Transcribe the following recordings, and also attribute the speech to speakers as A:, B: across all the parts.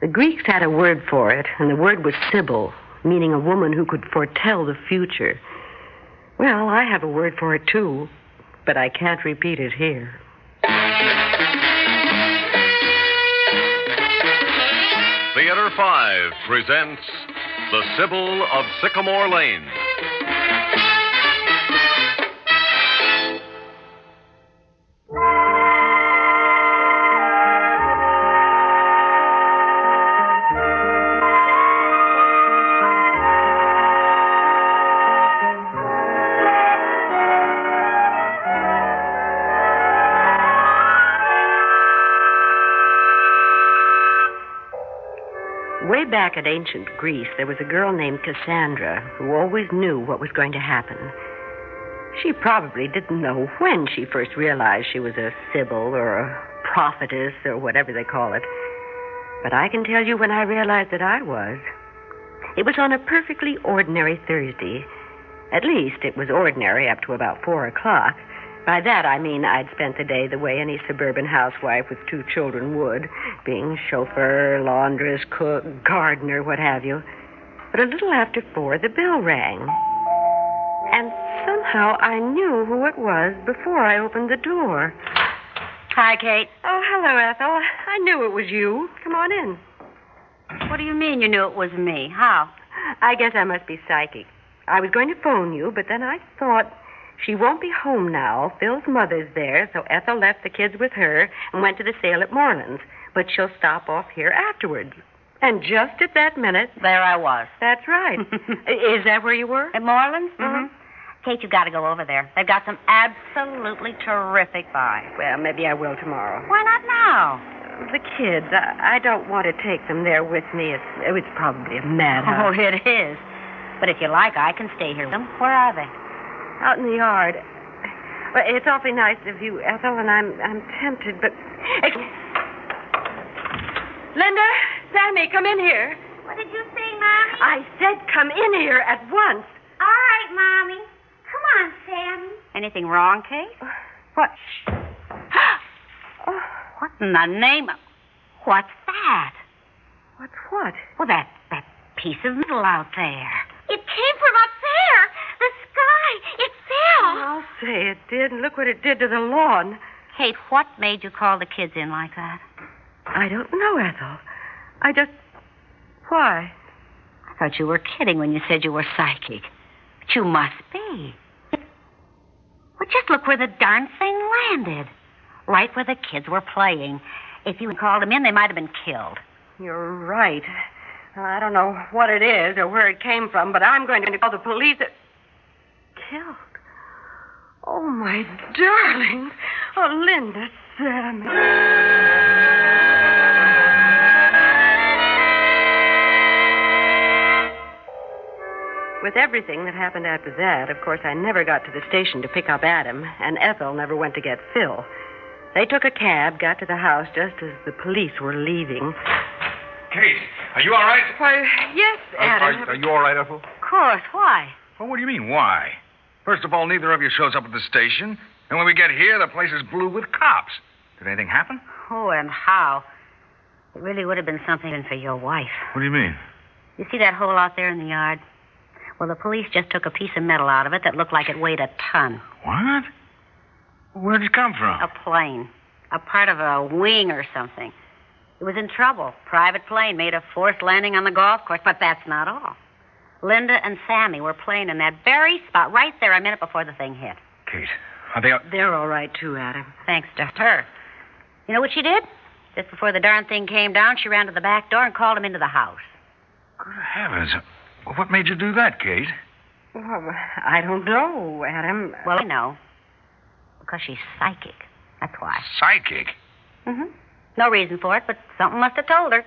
A: The Greeks had a word for it, and the word was Sybil, meaning a woman who could foretell the future. Well, I have a word for it too, but I can't repeat it here.
B: Theater 5 presents The Sybil of Sycamore Lane.
A: Way back at ancient Greece, there was a girl named Cassandra who always knew what was going to happen. She probably didn't know when she first realized she was a Sybil or a prophetess or whatever they call it. But I can tell you when I realized that I was. It was on a perfectly ordinary Thursday. At least it was ordinary up to about four o'clock. By that I mean I'd spent the day the way any suburban housewife with two children would, being chauffeur, laundress, cook, gardener, what have you. But a little after four, the bell rang. And somehow I knew who it was before I opened the door.
C: Hi, Kate.
A: Oh, hello, Ethel. I knew it was you. Come on in.
C: What do you mean you knew it was me? How?
A: I guess I must be psychic. I was going to phone you, but then I thought she won't be home now. Phil's mother's there, so Ethel left the kids with her and went to the sale at Moreland's. But she'll stop off here afterwards. And just at that minute,
C: There I was.
A: that's right. Is that where you were?
C: At Moreland's? Mm-hmm. Kate, you got to go over there. They've got some absolutely terrific buys.
A: Well, maybe I will tomorrow.
C: Why not now?
A: The kids, I, I don't want to take them there with me. It's, it's probably a
C: Oh,
A: madhouse.
C: it is. But if you like, I can stay here with them. Where are they?
A: Out in the yard. Well, it's awfully nice of you, Ethel, and I'm, I'm tempted, but. Ex- Linda, Sammy, come in here.
D: What did you say, Mommy?
A: I said come in here at once.
D: All right, Mommy. Come on, Sammy.
C: Anything wrong, Kate?
A: What?
C: What in the name of... What's that?
A: What's what?
C: Well, that, that piece of metal out there.
D: It came from up there. The sky. It fell.
A: I'll say it did. and Look what it did to the lawn.
C: Kate, what made you call the kids in like that?
A: I don't know, Ethel. I just. Why?
C: I thought you were kidding when you said you were psychic. But you must be. Well, just look where the darn thing landed. Right where the kids were playing. If you had called them in, they might have been killed.
A: You're right. I don't know what it is or where it came from, but I'm going to call the police. Killed? Oh, my darling. Oh, Linda, Sammy. With everything that happened after that, of course, I never got to the station to pick up Adam, and Ethel never went to get Phil. They took a cab, got to the house just as the police were leaving.
E: Kate, are you all right?
A: Why, Oh, yes, Adam.
E: Are, are you all right, Ethel?
C: Of course. Why?
E: Well, what do you mean, why? First of all, neither of you shows up at the station. And when we get here, the place is blue with cops. Did anything happen?
C: Oh, and how? It really would have been something even for your wife.
E: What do you mean?
C: You see that hole out there in the yard? Well, the police just took a piece of metal out of it that looked like it weighed a ton.
E: What? Where'd it come from?
C: A plane. A part of a wing or something. It was in trouble. Private plane made a forced landing on the golf course, but that's not all. Linda and Sammy were playing in that very spot right there a minute before the thing hit.
E: Kate, are they out?
A: They're all right, too, Adam.
C: Thanks to her. You know what she did? Just before the darn thing came down, she ran to the back door and called him into the house.
E: Good heavens. What made you do that, Kate?
A: Well, I don't know, Adam.
C: Well, I know. Because she's psychic. That's why.
E: Psychic.
C: Mm-hmm. No reason for it, but something must have told her.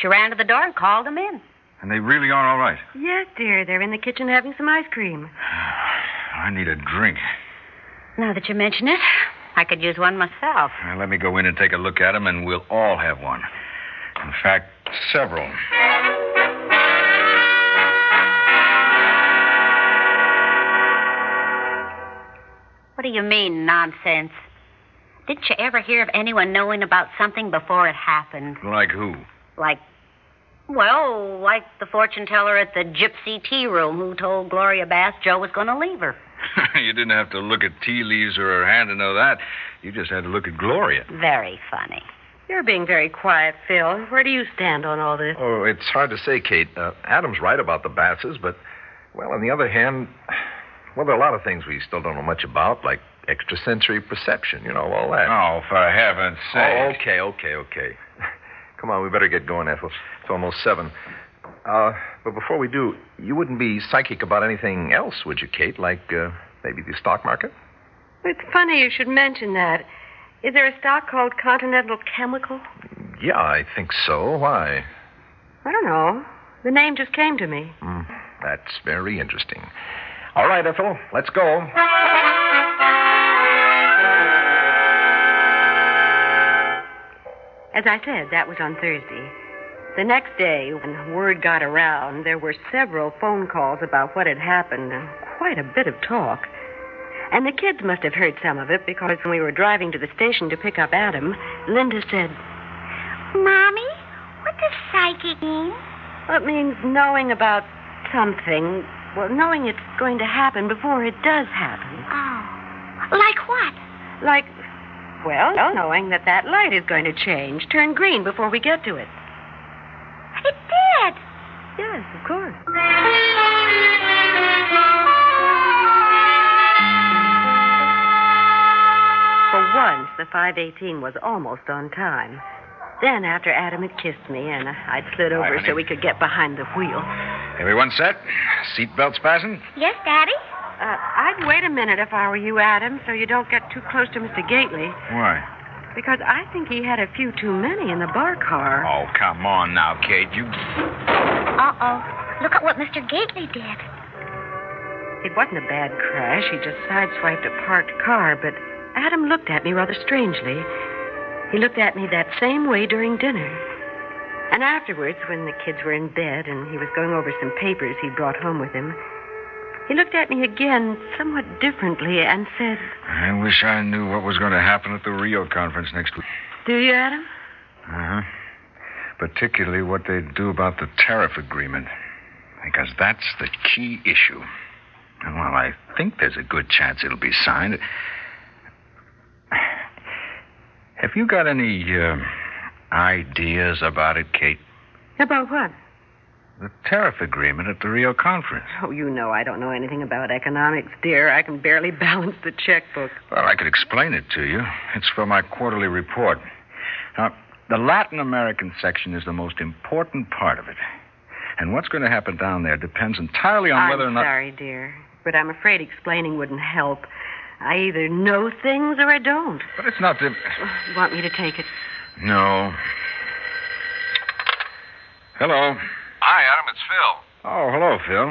C: She ran to the door and called him in.
E: And they really are all right.
A: Yes, dear. They're in the kitchen having some ice cream.
E: I need a drink.
C: Now that you mention it, I could use one myself.
E: Now, Uh, let me go in and take a look at them, and we'll all have one. In fact, several.
C: What do you mean, nonsense? Didn't you ever hear of anyone knowing about something before it happened?
E: Like who?
C: Like Well, like the fortune teller at the Gypsy Tea Room who told Gloria Bass Joe was going to leave her.
E: you didn't have to look at tea leaves or her hand to know that. You just had to look at Gloria.
C: Very funny.
A: You're being very quiet, Phil. Where do you stand on all this?
F: Oh, it's hard to say, Kate. Uh, Adam's right about the Basses, but, well, on the other hand, well, there are a lot of things we still don't know much about, like extrasensory perception, you know, all that.
E: Oh, for heaven's
F: Oh,
E: sake.
F: okay, okay, okay. Come on, we better get going, Ethel. It's almost seven. Uh, but before we do, you wouldn't be psychic about anything else, would you, Kate? Like uh, maybe the stock market?
A: It's funny you should mention that. Is there a stock called Continental Chemical?
F: Yeah, I think so. Why?
A: I don't know. The name just came to me.
E: Mm,
F: Hmm, that's very interesting. All right, Ethel, let's go.
A: As I said, that was on Thursday. The next day, when word got around, there were several phone calls about what had happened and quite a bit of talk. And the kids must have heard some of it because when we were driving to the station to pick up Adam, Linda said,
D: Mommy, what does psychic mean?
A: Well, it means knowing about something. Well, knowing it's going to happen before it does happen.
D: Oh. Like what?
A: Like, well, knowing that that light is going to change, turn green before we get to it.
D: It did.
A: Yes, of course. For once, the 518 was almost on time. Then, after Adam had kissed me and I'd slid
E: Hi,
A: over
E: honey.
A: so we could get behind the wheel,
E: Everyone set? Seatbelts fastened?
D: Yes, Daddy?
A: uh, I'd wait a minute if I were you, Adam, so you don't get too close to Mr. Gately,
E: Why?
A: because I think he had a few too many in the bar car.
E: Oh, come on now, Kate. You.
D: Uh oh. Look at what Mr. Gately did.
A: It wasn't a bad crash. He just sideswiped a parked car, but Adam looked at me rather strangely. He looked at me that same way during dinner. And afterwards, when the kids were in bed and he was going over some papers he brought home with him, he looked at me again somewhat differently and said,
E: I wish I knew what was going to happen at the Rio conference next week.
A: Do you, Adam?
E: Uh huh. Particularly what they do about the tariff agreement. Because that's the key issue. And while I think there's a good chance it'll be signed, have you got any uh, ideas about it, Kate?
A: About what?
E: The tariff agreement at the Rio conference.
A: Oh, you know I don't know anything about economics, dear. I can barely balance the checkbook.
E: Well, I could explain it to you. It's for my quarterly report. Now, the Latin American section is the most important part of it. And what's going to happen down there depends entirely on
A: I'm
E: whether or not.
A: sorry, dear, but I'm afraid explaining wouldn't help. I either know things or I don't.
E: But it's not the.
A: You want me to take it?
E: No. Hello.
B: Hi, Adam. It's Phil.
E: Oh, hello, Phil.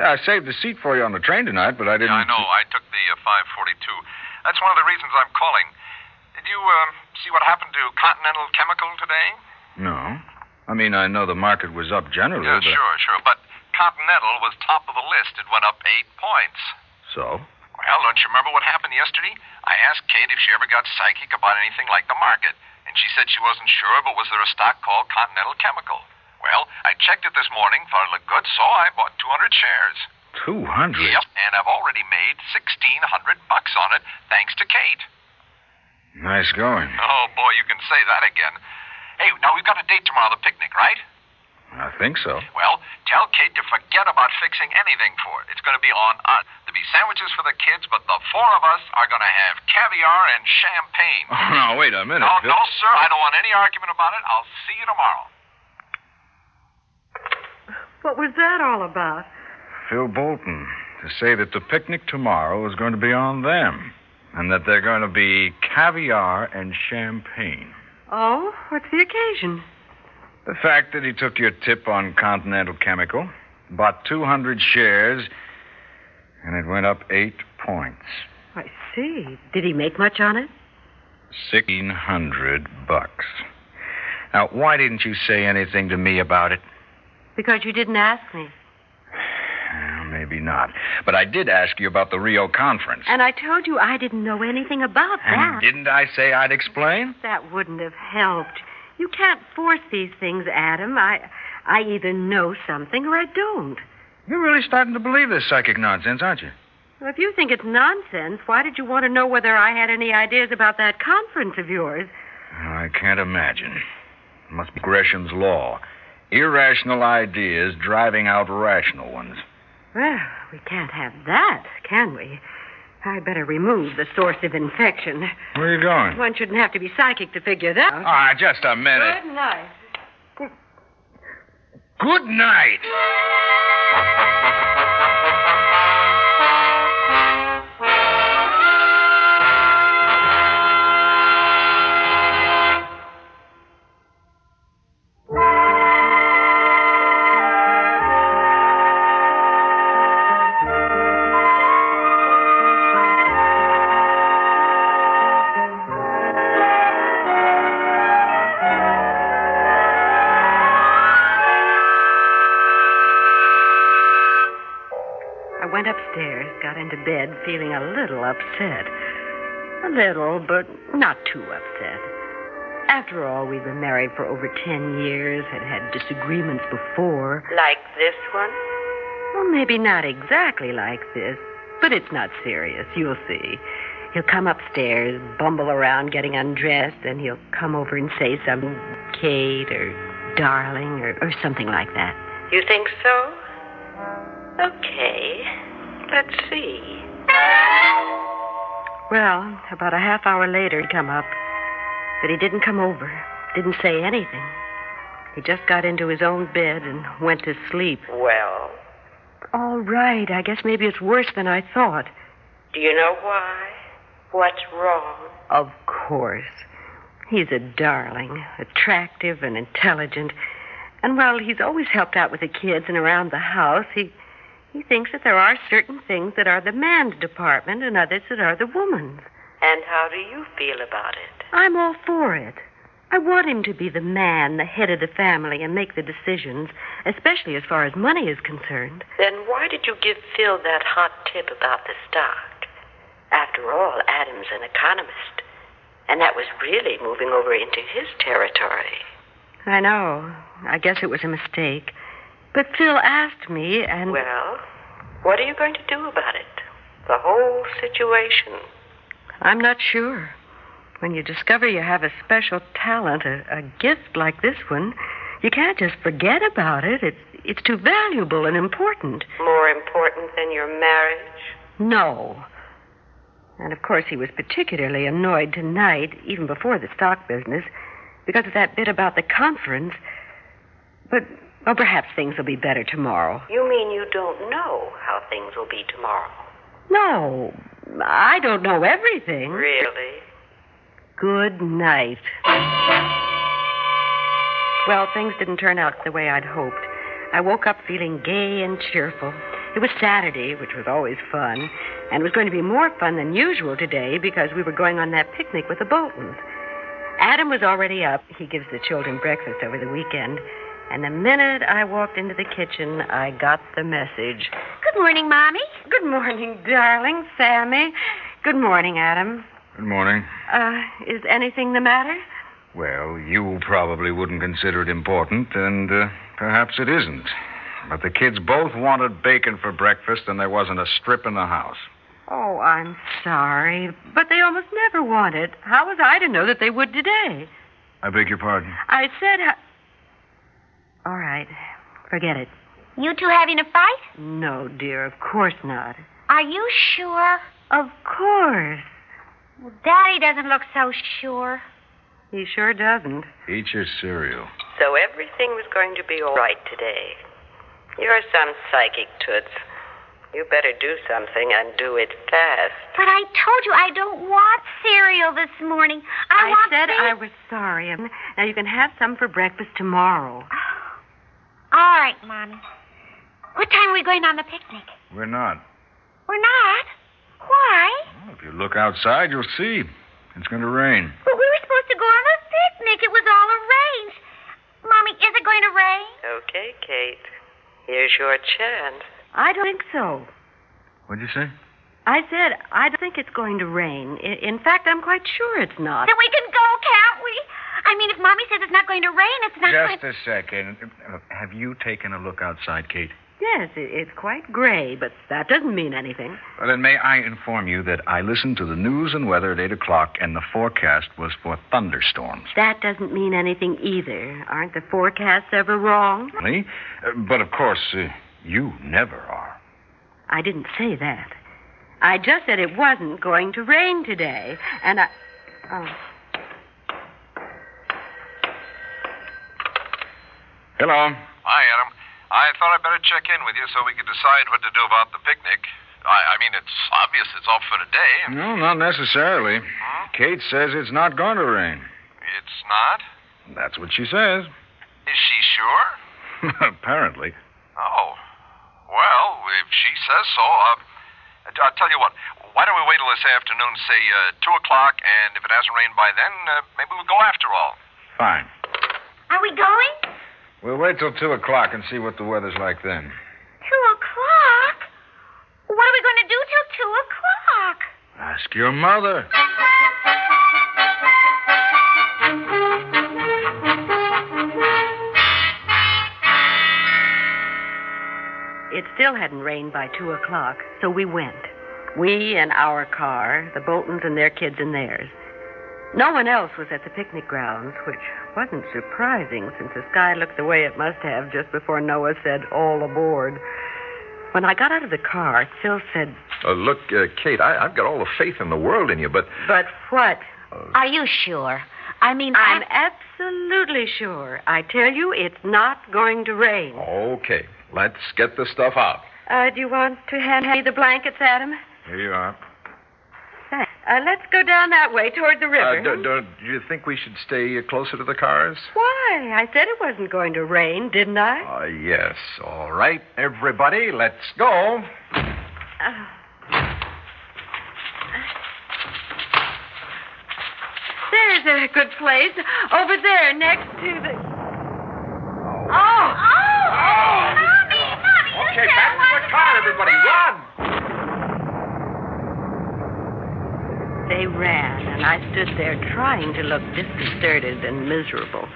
E: I saved a seat for you on the train tonight, but I didn't.
B: Yeah, I know. I took the uh, 542. That's one of the reasons I'm calling. Did you um, see what happened to Continental Chemical today?
E: No. I mean, I know the market was up generally.
B: yeah,
E: but...
B: sure, sure. But Continental was top of the list. It went up eight points.
E: So?
B: Well, don't you remember what happened yesterday? I asked Kate if she ever got psychic about anything like the market, and she said she wasn't sure, but was there a stock called Continental Chemical? Well, I checked it this morning, thought it looked good, so I bought 200 shares.
E: 200.
B: Yep, and I've already made 1600 bucks on it, thanks to Kate.
E: Nice going.
B: Oh, boy, you can say that again. Hey, now we've got a date tomorrow, the picnic, right?
E: I think so.
B: Well, tell Kate to forget about fixing anything for it. It's going to be on us. There'll be sandwiches for the kids, but the four of us are going to have caviar and champagne.
E: Oh, no, wait a minute.
B: No,
E: Phil.
B: no, sir, I don't want any argument about it. I'll see you tomorrow.
A: What was that all about?
E: Phil Bolton to say that the picnic tomorrow is going to be on them and that they're going to be caviar and champagne.
A: Oh, what's the occasion?
E: The fact that he took your tip on Continental Chemical, bought 200 shares, and it went up eight points.
A: I see. Did he make much on it?
E: 1,600 bucks. Now, why didn't you say anything to me about it?
A: Because you didn't ask me.
E: Well, Maybe not. But I did ask you about the Rio conference.
A: And I told you I didn't know anything about
E: and
A: that.
E: didn't I say I'd explain?
A: That wouldn't have helped. You can't force these things, Adam. I I either know something or I don't.
E: You're really starting to believe this psychic nonsense, aren't you?
A: Well, if you think it's nonsense, why did you want to know whether I had any ideas about that conference of yours?
E: I can't imagine. It must be Gresham's law. Irrational ideas driving out rational ones.
A: Well, we can't have that, can we? I better remove the source of infection.
E: Where are you going?
A: One shouldn't have to be psychic to figure that out.
E: Ah, just a minute.
A: Good night.
E: Good night.
A: I went upstairs, got into bed feeling a little upset. A little, but not too upset. After all, we've been married for over ten years, had had disagreements before.
G: Like this one?
A: Well, maybe not exactly like this, but it's not serious. You'll see. He'll come upstairs, bumble around getting undressed, and he'll come over and say something, Kate or darling or, or something like that.
G: You think so? Okay. Let's see.
A: Well, about a half hour later, he'd come up. But he didn't come over, didn't say anything. He just got into his own bed and went to sleep.
G: Well,
A: All right, I guess maybe it's worse than I thought.
G: do you know why? What's wrong?
A: Of course. He's a darling, attractive and intelligent. And well, he's always helped out with the kids and around the house. He he thinks that there are certain things that are the man's department and others that are the woman's.
G: And how do you feel about it?
A: I'm all for it. I want him to be the man, the head of the family, and make the decisions, especially as far as money is concerned.
G: Then why did you give Phil that hot tip about the stock? After all, Adam's an economist. And that was really moving over into his territory.
A: I know. I guess it was a mistake. But Phil asked me, and
G: Well, what are you going to do about it? The whole situation.
A: I'm not sure. When you discover you have a special talent, a, a gift like this one, you can't just forget about it. It's, it's too valuable and important.
G: More important than your marriage?
A: No. And of course, he was particularly annoyed tonight, even before the stock business, because of that bit about the conference. But, oh, perhaps things will be better tomorrow.
G: You mean you don't know how things will be tomorrow?
A: No, I don't know everything.
G: Really?
A: Good night. Well, things didn't turn out the way I'd hoped. I woke up feeling gay and cheerful. It was Saturday, which was always fun, and it was going to be more fun than usual today because we were going on that picnic with the Boltons. Adam was already up. He gives the children breakfast over the weekend. And the minute I walked into the kitchen, I got the message.
C: Good morning, Mommy.
A: Good morning, darling Sammy. Good morning, Adam.
E: Good morning.
A: Uh, is anything the matter?
E: Well, you probably wouldn't consider it important, and uh, perhaps it isn't. But the kids both wanted bacon for breakfast, and there wasn't a strip in the house.
A: Oh, I'm sorry, but they almost never want it. How was I to know that they would today?
E: I beg your pardon.
A: I said. ho- All right, forget it.
C: You two having a fight?
A: No, dear, of course not.
C: Are you sure?
A: Of course.
C: Well, Daddy doesn't look so sure.
A: He sure doesn't.
E: Eat your cereal.
G: So everything was going to be all right today. You're some psychic toots. You better do something and do it fast.
C: But I told you I don't want cereal this morning. I, want
A: said
C: ba-
A: I was sorry. Um, Now you can have some for breakfast tomorrow.
C: All right, Mommy. What time are we going on the picnic?
E: We're not.
C: We're not. Why?
E: Well, if you look outside, you'll see. It's going to rain.
C: But we were supposed to go on the picnic. It was all arranged. Mommy, is it going to rain?
G: Okay, Kate. Here's your chance.
A: I don't think so.
E: What'd you say?
A: I said I don't think it's going to rain. I- in fact, I'm quite sure it's not.
C: Then we can go, can't we?
D: I mean, if Mommy says it's not going to rain, it's not going
E: Just
D: to.
E: a second. Uh, Have you taken a look outside, Kate?
A: Yes, it, it's quite gray, but that doesn't mean anything.
E: Well, then may I inform you that I listened to the news and weather at 8 o'clock, and the forecast was for thunderstorms.
A: That doesn't mean anything either. Aren't the forecasts ever wrong?
E: Really? Uh, But of course, uh, you never are.
A: I didn't say that. I just said it wasn't going to rain today, and I. Oh.
E: Hello.
B: Hi, Adam. I thought I'd better check in with you so we could decide what to do about the picnic. I, I mean, it's obvious it's off for today. and
E: No, not necessarily. Kate says it's not going to rain.
B: It's not?
E: That's what she says.
B: Is she sure?
E: Apparently.
B: Oh. Well, if she says so, uh, I'll tell you what. Why don't we wait till this afternoon, say uh, 2 o'clock, and if it hasn't rained by then, uh, maybe we'll go after all.
E: Fine.
D: Are we going?
E: We'll wait till 2 o'clock and see what the weather's like then.
D: Two o'clock? What are we going to do till two o'clock?
E: Ask your mother.
A: It still hadn't rained by two o'clock, so we went. We in our car, the Boltons and their kids in theirs. No one else was at the picnic grounds, which wasn't surprising since the sky looked the way it must have just before Noah said, All aboard. When I got out of the car, Phil said,
F: Uh, look, uh, Kate, I, I've got all the faith in the world in you, but
A: But what?
C: Are you sure? I mean,
A: I'm
C: I-
A: absolutely sure. I tell you, it's not going to rain.
F: okay, let's get the stuff out.
A: Uh, do you want to hand me the blankets, Adam?
E: Here you are.
A: Thanks. Uh, let's go down that way toward the river.
F: Uh, do, do, do you think we should stay uh, closer to the cars?
A: Why? I said it wasn't going to rain, didn't I?
F: Uh, yes. All right, everybody, let's go.
A: Oh. There's a good place. Over there, next to the. Oh!
D: Mommy, Mommy,
F: Okay, back to the car, everybody. Run!
A: They ran, and I stood there trying to look disconcerted and miserable.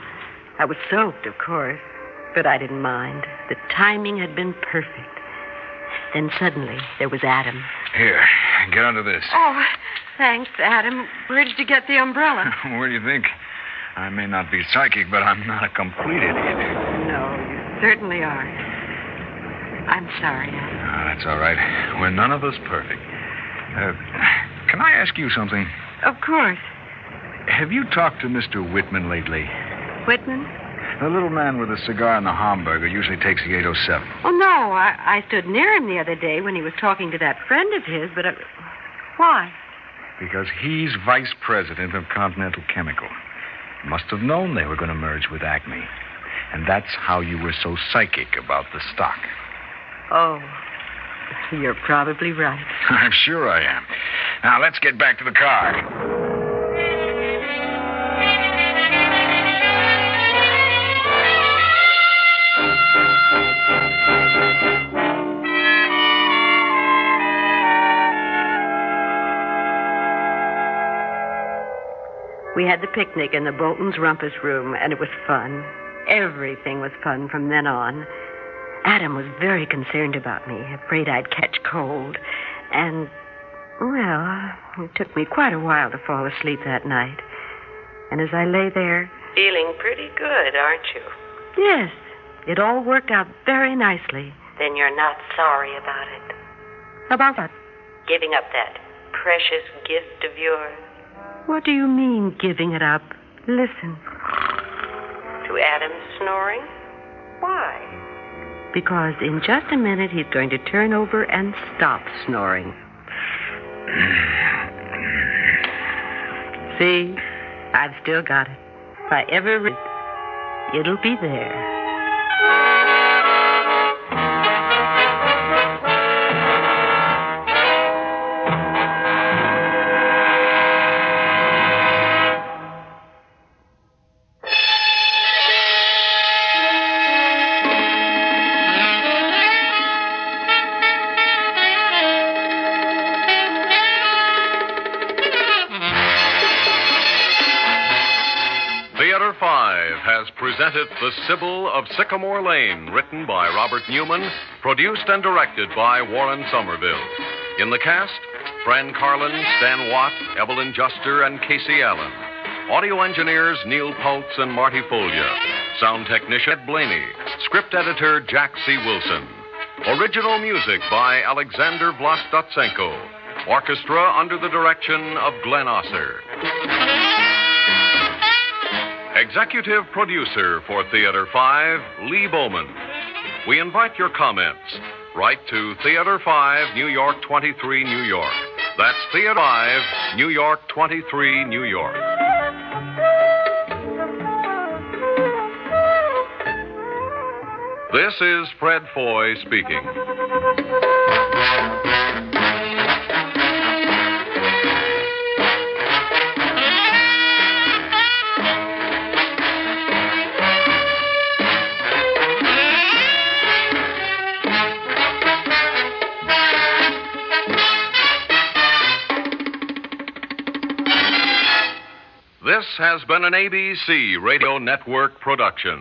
A: I was soaked, of course, but I didn't mind. The timing had been perfect. Then suddenly, there was Adam.
E: Here, get under this.
A: Oh, thanks, Adam. Where did you get the umbrella?
E: Where do you think? I may not be psychic, but I'm not a complete idiot.
A: No, you certainly are. I'm sorry, Adam.
E: Ah, that's all right. We're none of us perfect. Uh, can I ask you something?
A: Of course.
E: Have you talked to Mr. Whitman lately?
A: Whitman?
E: The little man with a cigar and a hamburger usually takes the 807.
A: Oh, no. I, I stood near him the other day when he was talking to that friend of his, but I... Why?
E: Because he's vice president of Continental Chemical. Must have known they were going to merge with Acme. And that's how you were so psychic about the stock.
A: Oh, you're probably right.
E: I'm sure I am. Now, let's get back to the car.
A: We had the picnic in the Bolton's rumpus room, and it was fun. Everything was fun from then on. Adam was very concerned about me, afraid I'd catch cold. And, well, it took me quite a while to fall asleep that night. And as I lay there,
G: Feeling pretty good, aren't you?
A: yes, it all worked out very nicely.
G: Then you're not sorry about it.
A: About what?
G: Giving up that precious gift of yours
A: What do you mean, giving it up? Listen,
G: to Adam's snoring? Why?
A: because in just a minute he's going to turn over and stop snoring. See, I've still got it. If I ever read, it'll be there.
E: Theater
H: has presented The Sybil of Sycamore Lane, written by Robert Newman, produced and directed by Warren Somerville. In the cast, Fran Carlin, Stan Watt, Evelyn Juster, and Casey Allen. Audio engineers Neil Pultz and Marty Folia. Sound technician Ed Blaney. Script editor Jack C. Wilson. Original music by Alexander Vlastotsenko. Orchestra under the direction of Glenn Osser. Executive producer for Theater 5, Lee Bowman. We invite your comments. Write to Theater 5, New York 23, New York. That's Theater 5, New York 23, New York. This is Fred Foy speaking. This has been an ABC Radio Network production.